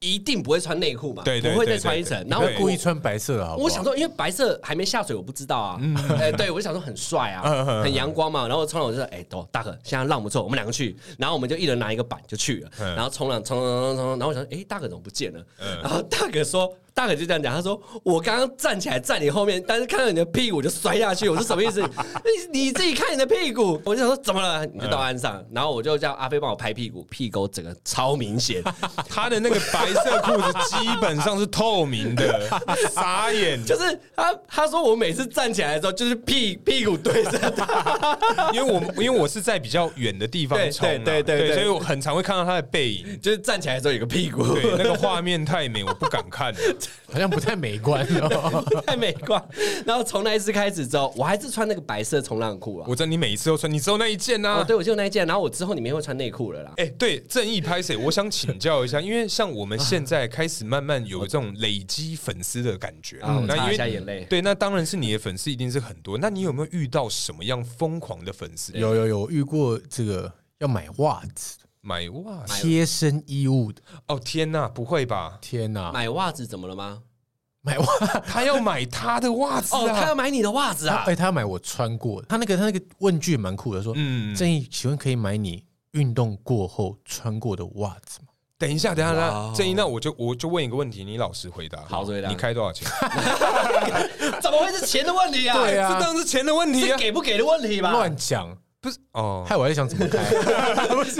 B: 一定不会穿内裤嘛，
A: 对对
B: 不会再
A: 对
B: 穿
A: 对
B: 一层。
A: 对
B: 然后我
A: 对
C: 故意穿白色的好不好？嗯
B: 我想说，因为白色还没下水，我不知道啊。 哎，对我就想说很帅啊，很阳光嘛。然后我冲浪，我就说，哎，都大可，现在浪不错，我们两个去。然后我们就一人拿一个板就去了，
C: 嗯
B: 然后冲浪，冲冲冲冲冲。然后我想说，哎，大可怎么不见了？然后大可
C: 嗯
B: 说。大可就这样讲，他说：“我刚刚站起来站你后面，但是看到你的屁股我就摔下去，我说什么意思？ 你你自己看你的屁股。”我就想说怎么了？你就到岸
C: 嗯
B: 上，然后我就叫阿飞帮我拍屁股，屁股整个超明 显，
A: 他的那个白色裤子基本上是透明 的，傻眼，
B: 就是他他说我每次站起来的时候，就是屁屁股对着他，
A: 因为我因为我是在比较远的地方
B: 对
A: 冲啊，
B: 对对对对
A: 所以我很常会看到他的背影，
B: 就是站起来的时候有个屁股，
A: 对，那个画面太美，我不敢看。
C: 好像不太美观哦。
B: 太美观。然后从那一次开始之后，我还是穿那个白色冲浪裤啊。
A: 我知道你每一次都穿，你只有那一件啊呐、
B: 哦，对，我就有那一件，然后我之后里面会穿内裤了啦。
A: 哎、对，正义拍谁？我想请教一下，因为像我们现在开始慢慢有这种累积粉丝的感觉，
B: 啊我
A: 那
B: 擦
A: 因
B: 一
A: 为
B: 下眼泪。
A: 对，那当然是你的粉丝一定是很多。那你有没有遇到什么样疯狂的粉丝？
C: 有有有遇过这个要买袜子、
A: 买袜子？
C: 贴身衣物的，
A: 哦天哪，不会吧？
C: 天哪！
B: 买袜子怎么了吗？
C: 买袜，
A: 他要买他的袜子
B: 哦，他
A: 啊！
B: 要买你的袜子啊
C: 哎，！他要买我穿过的，他那个他那个问句蛮酷的，说：“
A: 嗯
C: 正义，请问可以买你运动过后穿过的袜子吗
A: 等一下，等一下，等
B: 哇
A: 一
B: 哦
A: 下，正义，那我就我就问一个问题，你老实回答。
B: 好回答
A: 你开多少 钱？
B: 怎么会是钱的问题啊？
C: 对啊
A: 这当然是钱的问题
B: 是
A: 啊！
B: 给不给的问题？”吧？
C: 乱讲，
A: 不是 哦，
C: 害我还在想怎么开，不是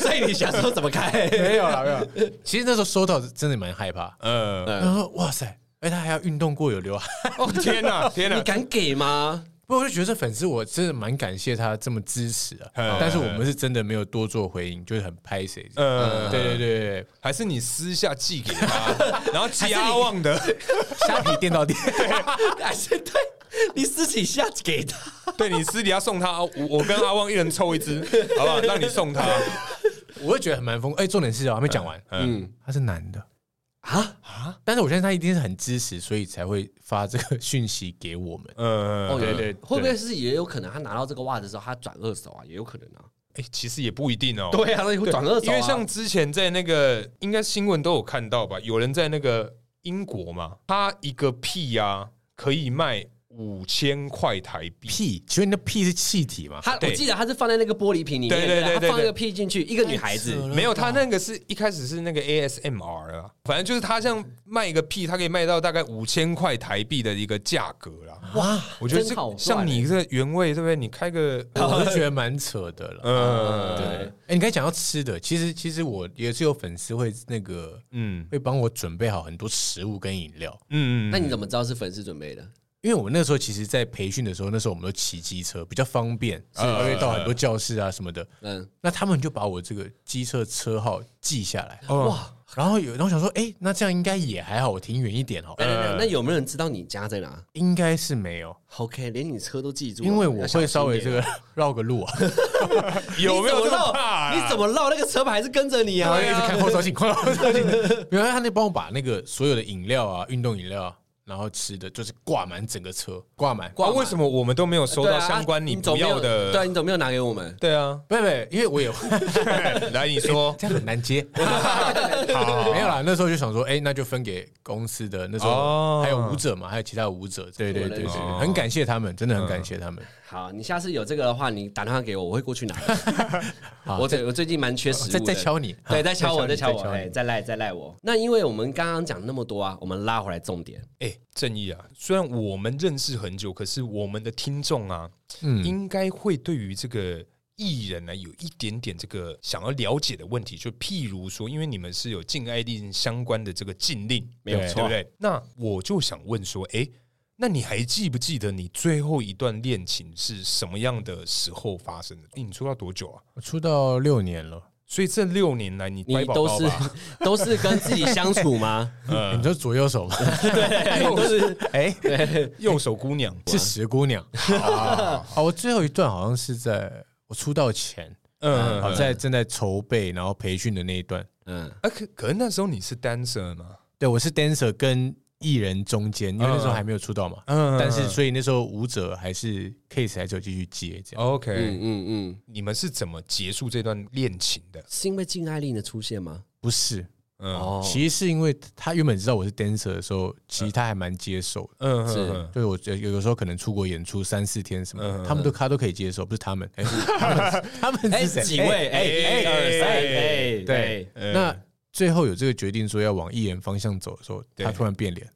B: 所以你想说怎么开？
A: 啊
C: 没有啦，没有。其实那时候收到真的蛮害怕，
A: 呃，
C: 然后哇塞，哎，他还要运动过有流汗，
A: 哦天哪，天
B: 你
A: 哪！
B: 敢给吗？
C: 不过我就觉得这粉丝我真的蛮感谢他这么支持啊，
A: 嗯
C: 但是我们是真的没有多做回应，就是很拍谁。
A: 呃，
C: 对
B: 嗯
C: 对对，对
A: 还是你私下寄给他，然后寄阿旺的，
C: 虾皮店到店，
B: 还是对你私底下给他？
A: 对你私底下送他，我我跟阿旺一人抽一支，好不好？让你送他。
C: 我会觉得很蛮疯。哎，重点是啊，还没讲完，
B: 嗯
C: 他是男的，
B: 啊，
C: 但是我相信他一定是很支持，所以才会发这个讯息给我们。
A: 呃，
B: 哦，
C: 对
B: 有
C: 对
B: 会不会是也有可能他拿到这个袜子之后，他转二手啊，也有可能啊。
A: 哎，其实也不一定哦。
B: 对啊，那会
A: 对，
B: 转二手、啊，
A: 因为像之前在那个应该新闻都有看到吧，有人在那个英国嘛，他一个屁呀、可以卖五千块台币。
C: 屁，请问你的屁是气体 吗？
B: 他，我
A: 对
B: 记得他是放在那个玻璃瓶里面，
A: 对对对对
B: 不
A: 对
B: 他放一个屁进去，一个女孩子
C: 太扯了
A: 没有，他那个是一开始是那个 ASMR 啊，反正就是他像卖一个屁，他可以卖到大概五千块台币的一个价格啦。
B: 哇，
A: 我觉得
B: 真
A: 这
B: 好赚
A: 像你这原味对不对？你开个
C: 我是觉得蛮扯的了。
B: 嗯
A: 呃，
C: 对，哎、你刚才讲到吃的，其实其实我也是有粉丝会那个
A: 嗯
C: 会帮我准备好很多食物跟饮料，
A: 嗯，
B: 那你怎么知道是粉丝准备的？
C: 因为我那时候其实，在培训的时候，那时候我们都骑机车比较方便，是会到很多教室啊什么的。
B: 嗯，
C: 那他们就把我这个机车车号记下来，
B: 哇，
C: 然后有，然后想说，哎、那这样应该也还好，我停远一点
A: 呃
C: 好了，
B: 等等哎等，那有没有人知道你家在哪
C: 应该是没有，
B: ？OK，连你车都记住了，啊
C: 因为我会稍微这
B: 要
C: 个 绕个路啊，
B: 小心一点
A: 有没有这么
B: 你怎么绕？
A: 怕啊？
B: 你怎么绕？那个车牌还是跟着你
C: 然后
B: 啊
C: 一！直看后照镜，看后照镜。原来他那帮我把那个所有的饮料啊、运动饮料、啊，然后吃的，就是挂满整个车，挂满。
A: 啊？为什么我们都没有收
B: 对
A: 到
B: 啊
A: 相关你
B: 总
A: 不
B: 没有
A: 要
B: 对啊，
A: 的？
B: 你怎么没有拿给我们？
A: 对啊，
C: 不不，因为我也会
A: 来你说。
C: 哦这样很难 接。没有啦，那时候就想说，哎、那就分给公司的。那时候
A: 哦
C: 还有舞者嘛，还有其他的舞者。对对对哦对，
B: 哦
C: 对很感谢他们，真的很感谢他们。
B: 好，你下次有这个的话，你打电话给我，我会过去拿的。 我最我最近蛮缺食物的，
C: 再再敲你
B: 对，再敲我，再
C: 再
B: 敲
C: 敲你
B: 我，
C: 再敲你
B: 哎，再赖再赖我。那因为我们刚刚讲那么多啊，我们拉回来重点，
A: 哎、正义啊，虽然嗯我们认识很久，可是我们的听众啊，应该会对于这个艺人呢有一点点这个想要了解的问题，就譬如说，因为你们是有禁爱令相关的这个禁令，
B: 没有
A: 对
B: 错
A: 对不对？那我就想问说，诶，那你还记不记得你最后一段恋情是什么样的时候发生的？诶你出道多久啊？
C: 我出道六年了，
A: 所以这六年来你
B: 你
A: 乖宝
B: 都
A: 宝
B: 是
A: 吧，
B: 都是跟自己相处吗？
A: 呃
C: 你说左右 手吗？
B: 对，都是
C: 哎，
A: 右手姑娘
C: 是石姑娘。啊，我最后一段好像是在我出道前，
A: 嗯
C: 好在正在筹备然后培训的那一段。
B: 嗯，
A: 啊，可可是那时候你是啊 dancer 吗？
C: 对，我是 dancer 跟艺人中间，因为那时候还没有出道嘛。
A: 嗯
C: 但是所以那时候舞者还是 case 还是有继续接这样。
A: OK，、
B: 嗯嗯嗯，
A: 你们是怎么结束这段恋情的？
B: 是因为禁爱令的出现吗？
C: 不是，
A: 嗯
B: 哦，
C: 其实是因为他原本知道我是 dancer 的时候，其实他还蛮接受的。
A: 嗯
B: 是
A: 嗯
C: 对我有有时候可能出国演出三四天什么
A: 嗯
C: 的，他们都他都可以接受，不 是他们，哎他们
B: 哎，
C: 是谁？
B: 几位？哎，一
A: 哎
B: 二三，
A: 哎
B: 哎，
C: 对
B: 对，
A: 嗯
C: 那最后有这个决定说要往艺人方向走的时候，
A: 对
C: 他突然变脸。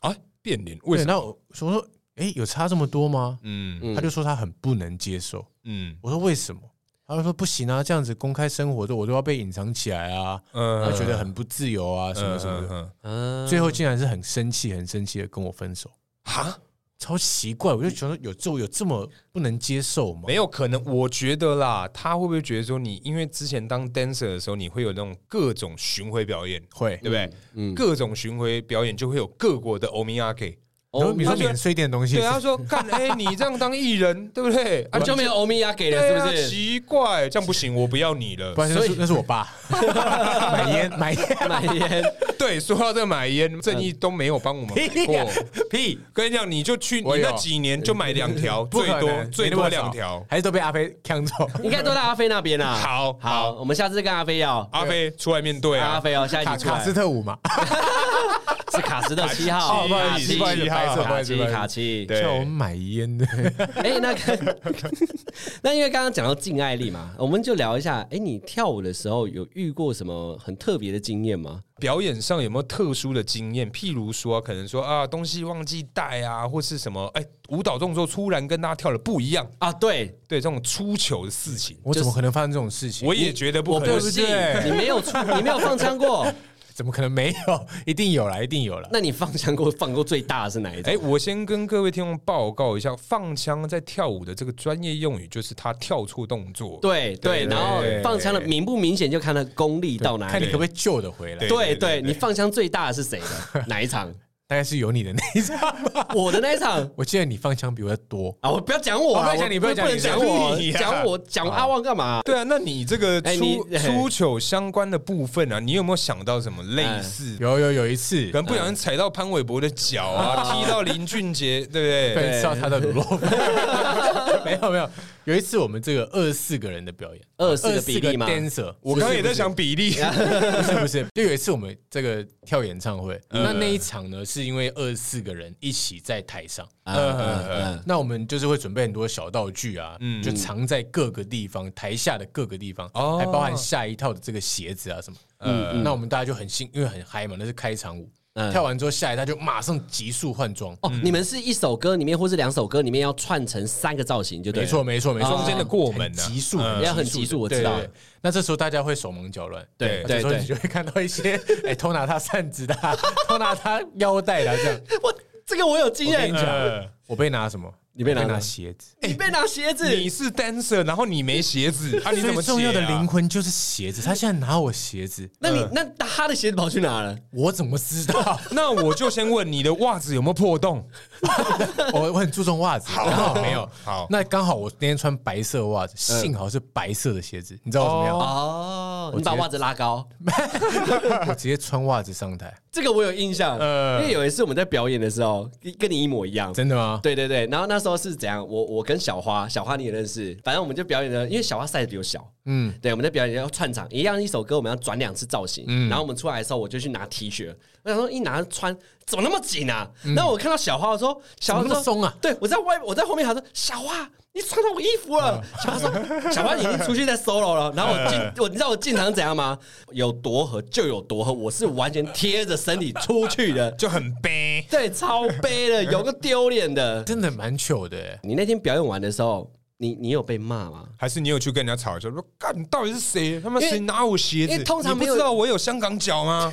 A: 啊，变脸为
C: 对，
A: 什么？
C: 那我我说，哎，有差这么多吗？
A: 嗯
B: 嗯
C: 他就说他很不能接受。
A: 嗯
C: 我说为什么？他就说不行啊，这样子公开生活的我都要被隐藏起来啊，
A: 嗯
C: 他觉得很不自由啊，什么什么的。
A: 的
B: 嗯
C: 最后竟然是很生气，很生气的跟我分手，
A: 哈，
C: 超奇怪。我就觉得有这有这么不能接受吗？
A: 没有可能，我觉得啦，他会不会觉得说你因为之前当 dancer 的时候，你会有那种各种巡回表演，
C: 会
A: 对不对？
B: 嗯，
A: 各种巡回表演就会有各国的欧米亚给。
C: 然
B: 哦
C: 后比如
A: 他
C: 说
A: 觉得
C: 免税店的东西
A: 对，，他说干哎，你这样当艺人，对不对？
B: 啊，就没有欧米亚给了，
A: 对啊，
B: 是不是？
A: 奇怪，这样不行，我不要你了
C: 不。然那
B: 所
C: 是
B: 以
C: 那是我爸买烟买烟
B: 买 烟，
A: 对，说到这个买烟，正义都没有帮我们买
C: 屁
A: 过
C: 呀。 屁，
A: 跟你讲，你就去你
C: 我有
A: 那几年就买两条，
C: 不
A: 最
C: 可
A: 多
C: 能
A: 最
C: 没那
A: 多
C: 么
A: 两
C: 少
A: 条。
C: 还是都被阿飞抢走。
B: 应该都在阿飞那边啊。
A: 好
B: 好，我们下次跟阿飞要
A: 阿飞出来面对
B: 阿
A: 啊，
B: 飞哦，下一
C: 卡
B: 集出
C: 卡
B: 来
C: 斯特舞嘛，
B: 是卡斯特七号，
A: 哦不好意思
B: 卡七
A: 不好意思
C: 白色不好
B: 卡
C: 意思
B: 七
C: 不好意思
B: 卡七。
A: 对
C: 叫我们买烟的，
B: 哎，那个，那因为刚刚讲到禁爱力嘛，我们就聊一下。哎，你跳舞的时候有遇过什么很特别的经验吗？
A: 表演上有没有特殊的经验？譬如说，可能说啊，东西忘记带啊，或是什么，哎，舞蹈动作突然跟大家跳的不一样，
B: 啊，对，
A: 对这种出糗的事情，
C: 我怎么可能发生这种事情？
A: 我也觉得不
B: 我
A: 可
B: 不
A: 能。
B: 信
C: 对，
B: 你没有出， 你没有放枪过，
C: 怎么可能没有？一定有啦，一定有啦。
B: 那你放枪过放过最大的是哪一种？
A: 哎，我先跟各位听众报告一下，放枪在跳舞的这个专业用语就是他跳错动作。
B: 对对，
A: 对
B: 然后
A: 对
B: 放枪的明不明显就看他功力到哪
C: 看你
B: 里
C: 可。不可以救得回来
A: 对，
B: 对
A: 对
B: 对，
A: 对
B: 你放枪最大的是谁的？ 哪一场？
C: 大概是有你的那一场吧。
B: 我的那一场
C: 我记得你放枪比我多，
B: 啊！我不要讲我啊，
C: 哦不要讲你
B: 我
C: 不要讲
B: 不能
C: 你
B: 讲
A: 讲
B: 我
A: 你，啊
B: 讲我讲阿旺干嘛？
A: 对啊，那你这个
B: 哎
A: 出
B: 你
A: 出糗相关的部分啊，你有没有想到什么类似
C: 有有有一次
A: 可能不小心踩到潘玮柏的脚啊，踢到林俊杰，对不对？
C: 对，笑他的乳酪饭， 没有没有，有一次我们这个二十四个人的表演，
B: 24个比例吗
C: d a n c e r
A: 我刚刚也在想比例，
C: 不是不是，就 有一次我们这个跳演唱会，那那一场呢，是因为二十四个人一起在台上，
B: 嗯嗯嗯
C: 那我们就是会准备很多小道具啊，就藏在各个地方，台下的各个地方，
A: 哦
C: 还包含下一套的这个鞋子啊什么。嗯，那我们大家就很兴，因为很嗨嘛，那是开场舞。
B: 嗯
C: 跳完之后，下一套就马上急速换装。
B: 哦，你们是一首歌里面或是两首歌里面要串成三个造型，就对
C: 没
B: 了。
C: 错，没错，没错，
A: 中间的过门啊
C: 很急速，
B: 嗯要很急
C: 急
B: 速
C: 速
B: 我
C: 的，
B: 知道
C: 对对对那这时候大家会手忙脚乱，
B: 对对
C: 这时候你
B: 对，
C: 就会看到一些， 哎，偷拿他扇子的啊， 偷拿他腰带的啊， 这样。
B: 我这个我有经
C: 我跟
B: 验
C: 你，讲，我被拿什么？
B: 嗯你被拿
C: 我
B: 什么
C: 鞋子。
B: 你被拿鞋
C: 哎
B: 子，
A: 你是 dancer，然后你没鞋子，啊，你怎么
C: 最重要的
A: 解啊
C: 灵魂就是鞋子，他现在拿我鞋子，
B: 那你那他的鞋子跑去哪了？
C: 我怎么知 道？
A: 那我就先问你的袜子有没有破洞？
C: 我我很注重袜子，刚好没有。
A: 好
C: 那刚好我那天穿白色袜子，幸好是白色的鞋子，你知道我怎么样？
B: 嗯哦，你把袜子拉高，
C: 我直接穿袜子上台，
B: 这个我有印象，因为有一次我们在表演的时候，跟跟你一模一样。
C: 真的 吗？
B: 对对对，然后那时候是怎样？我我跟小花，小花你也认识，反正我们就表演的，因为小花 size 比我小，嗯，对，我们在表演要串场，一样一首歌我们要转两次造型，
C: 嗯
B: 然后我们出来的时候我就去拿 T 恤，我想说一拿穿怎么那么紧啊？然后我看到小花我说，小花
C: 嗯怎么那
B: 说
C: 么松啊
B: 对我在外我在后面还说小花。你穿到我衣服了，
C: 嗯
B: 小花 说：“小花，你已经出去在 solo 了。”然后我进，我你知道我进场怎样吗？有多合就有多合，我是完全贴着身体出去的，
A: 就很悲。
B: 对，超悲的，有个丢脸的。
C: 真的蛮糗的欸。
B: 你那天表演完的时候，你你有被骂吗？
A: 还是你有去跟人家吵一下，说干你到底是谁？他妈
B: 因为
A: 谁拿我鞋
B: 因
A: 子？
B: 为通常
A: 你
B: 没
A: 不
B: 有
A: 知道我有香港脚吗？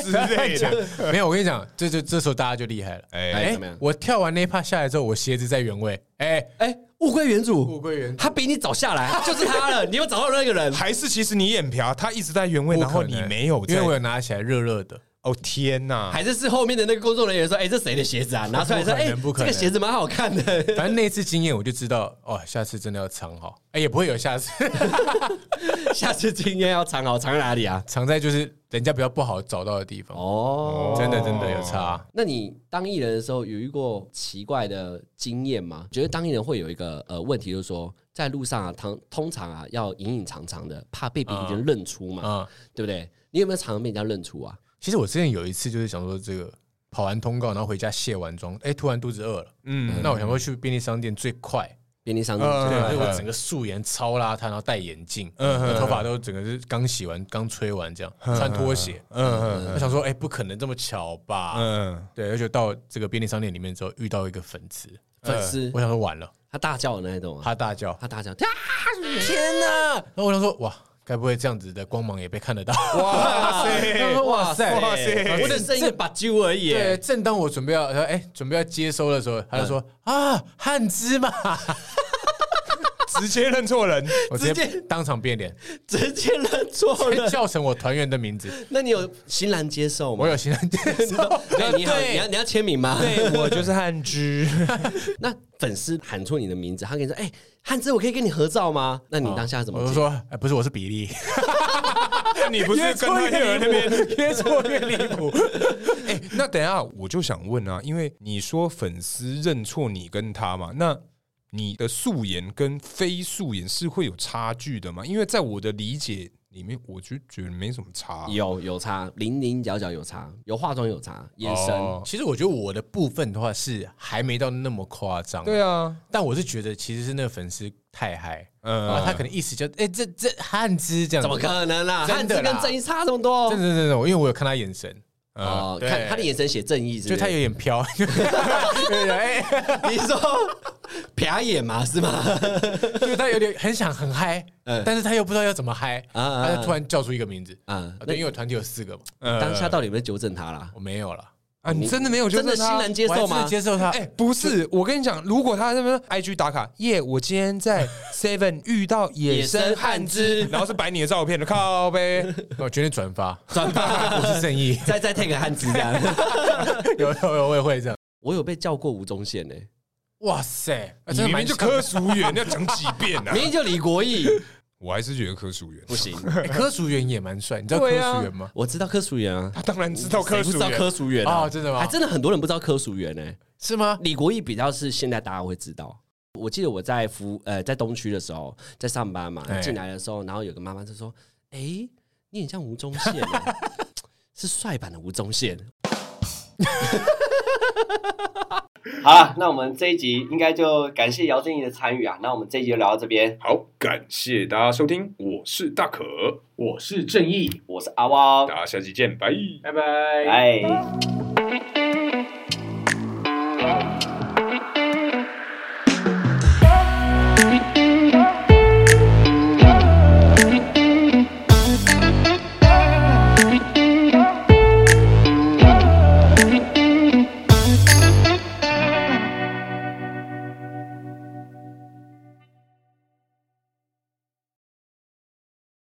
A: 之类的。
C: 没有，我跟你讲，这就这时候大家就厉害了。
A: 哎
B: 哎
C: 哎
B: 怎么样，
C: 我跳完那一趴下来之后，我鞋子在原位。哎，
B: 哎，物归原主，
C: 物归原主
B: 他比你早下来， 就是他了，你又找到那个 人。
A: 还是其实你眼瓢，他一直在原位，
C: 不
A: 然后
C: 可
A: 你
C: 能
A: 没有在，
C: 因为我有拿起来热热的。
A: 哦天哪！
B: 还是是后面的那个工作人员说：“哎、这谁的鞋子啊？”拿出来说：“
C: 不可
B: 哎、
C: 能不可
B: 这
C: 能
B: 个鞋子蛮好看的。
C: 反正那次经验，我就知道哦，下次真的要藏好。哎，也不会有下次，
B: 下次今天要藏好，藏哪里 啊
C: 藏在就是人家比较不好找到的地？”方。
B: 哦，
C: 真的真的有差。
B: 那你当艺人的时候有遇过奇怪的经验吗？觉得当艺人会有一个呃问题，就是说在路上啊，通通常啊要隐隐藏藏的，怕被别人认出嘛，
C: 啊、
B: 对不对？你有没有常常被人家认出啊？
C: 其实我之前有一次就是想说，这个跑完通告，然后回家卸完妆，哎，突然肚子饿了，
A: 嗯，
C: 那我想说去便利商店最快，
B: 便利商店、
A: 嗯
C: 对，
A: 嗯
C: 所以我整个素颜超邋遢，然后戴眼镜，
A: 嗯嗯
C: 头发都整个是刚洗完、刚吹完这样，穿拖鞋，
A: 嗯
C: 我想说，哎，不可能这么巧吧？
A: 嗯
C: 对，而且到这个便利商店里面之后，遇到一个粉丝，
B: 粉丝
C: 我，想说完了，
B: 他大叫的那种啊，
C: 他大叫，
B: 他大叫啊，
C: 天哪！然后我想说，哇，该不会这样子的光芒也被看得到？
A: 嗯， 哇塞，
C: 哇塞
A: 哇塞
B: 我的声音把揪而已。
C: 对，正当我准备要呃哎、准备要接收的时候，他就说、
A: 嗯
C: 啊汉芝嘛，
A: 直接认错人，
C: 我
B: 直接
C: 直接当场变 脸，
B: 直接认错 了。
C: 叫成我团员的名字。
B: 那你有欣然接受吗？
C: 我有新人接受，
B: 对，你好，你要你要签名吗？对，
A: 我就是汉之。
B: 那粉丝喊出你的名字，他跟你说：“哎、汉子，我可以跟你合照吗？”那你当下怎么
C: 我就
B: 接？
C: 说哎、不是，我是比利，
A: 你不是跟他女儿那边？
C: 越错越离谱。
A: 哎、那等一下我就想问啊，因为你说粉丝认错你跟他嘛，那你的素颜跟非素颜是会有差距的吗？因为在我的理解里面，我就觉得没什么差啊、
B: 有有差，零零角角有差，有化妆有差，眼神、
A: 哦
C: 其实我觉得我的部分的话是还没到那么夸张，
A: 对啊，
C: 但我是觉得其实是那个粉丝太嗨，
A: 嗯
C: 然后他可能一时就哎、这这汉芝这样
B: 怎
C: 子，
B: 么可能啦、汉
C: 真
B: 子
C: 的啦
B: 跟正义差这么多
C: 真的真的真的，因为我有看他眼神，
B: 哦，
C: 对
B: 看他的眼神写正义是
C: 就
B: 不
C: 他有
B: 是？
C: 点飘， 对哎。
B: 你说 瞟眼嘛是吗？
C: 就是他有点很想很嗨，
B: 嗯
C: 但是他又不知道要怎么嗨，
B: 啊啊啊
C: 他就突然叫出一个名字啊，
B: 啊，那
C: 对，因为我团体有四个嘛，
B: 当下到底有没有纠正他啦？
C: 我没有了，
A: 啊，你真的没有觉
B: 真
A: 得
B: 的欣
A: 他
B: 然接受
C: 我还真
B: 吗
C: 的？接受他，
A: 哎、不是，我跟你讲，如果他在那边 IG 打卡，耶、我今天在 Seven 遇到野生汉之，然后是摆你的照片的，靠呗，
C: 我决定转发，
B: 转发，
C: 我是正义
B: ，再再 take 个汉子这样。
C: 有有有，我也会这样。
B: 我有被叫过吴宗宪呢、欸
C: 哇塞，啊
A: 你
C: 真的
A: 明
C: 蛮
A: 明就
C: 像
A: 科属远，要讲几遍呢、啊
B: 明？明就李国义，
A: 我还是觉得科属远
B: 不行，
C: 哎柯淑媛也蛮帅，你知道柯
A: 对啊
C: 淑媛吗？
B: 我知道柯淑媛啊，
A: 他当然知道科
B: 谁
A: 属
B: 不知道
A: 远，
B: 柯淑媛啊、
C: 哦，真的
B: 还
C: 吗？
B: 真的很多人不知道柯淑媛呢、欸
C: 是吗？
B: 李国义比较是现在大家会知道。我记得我在服呃在东区的时候，在上班嘛，
C: 哎
B: 进来的时候，然后有个妈妈就说：“哎、你很像吴宗宪、 欸，是帅版的吴宗宪。”好了，那我们这一集应该就感谢姚正义的参与啊。那我们这一集就聊到这边，
D: 好，感谢大家收听，我是大可，
E: 我是正义，
B: 我是阿汪，哎
D: 大家下期见，拜。
E: 拜拜。
B: 拜。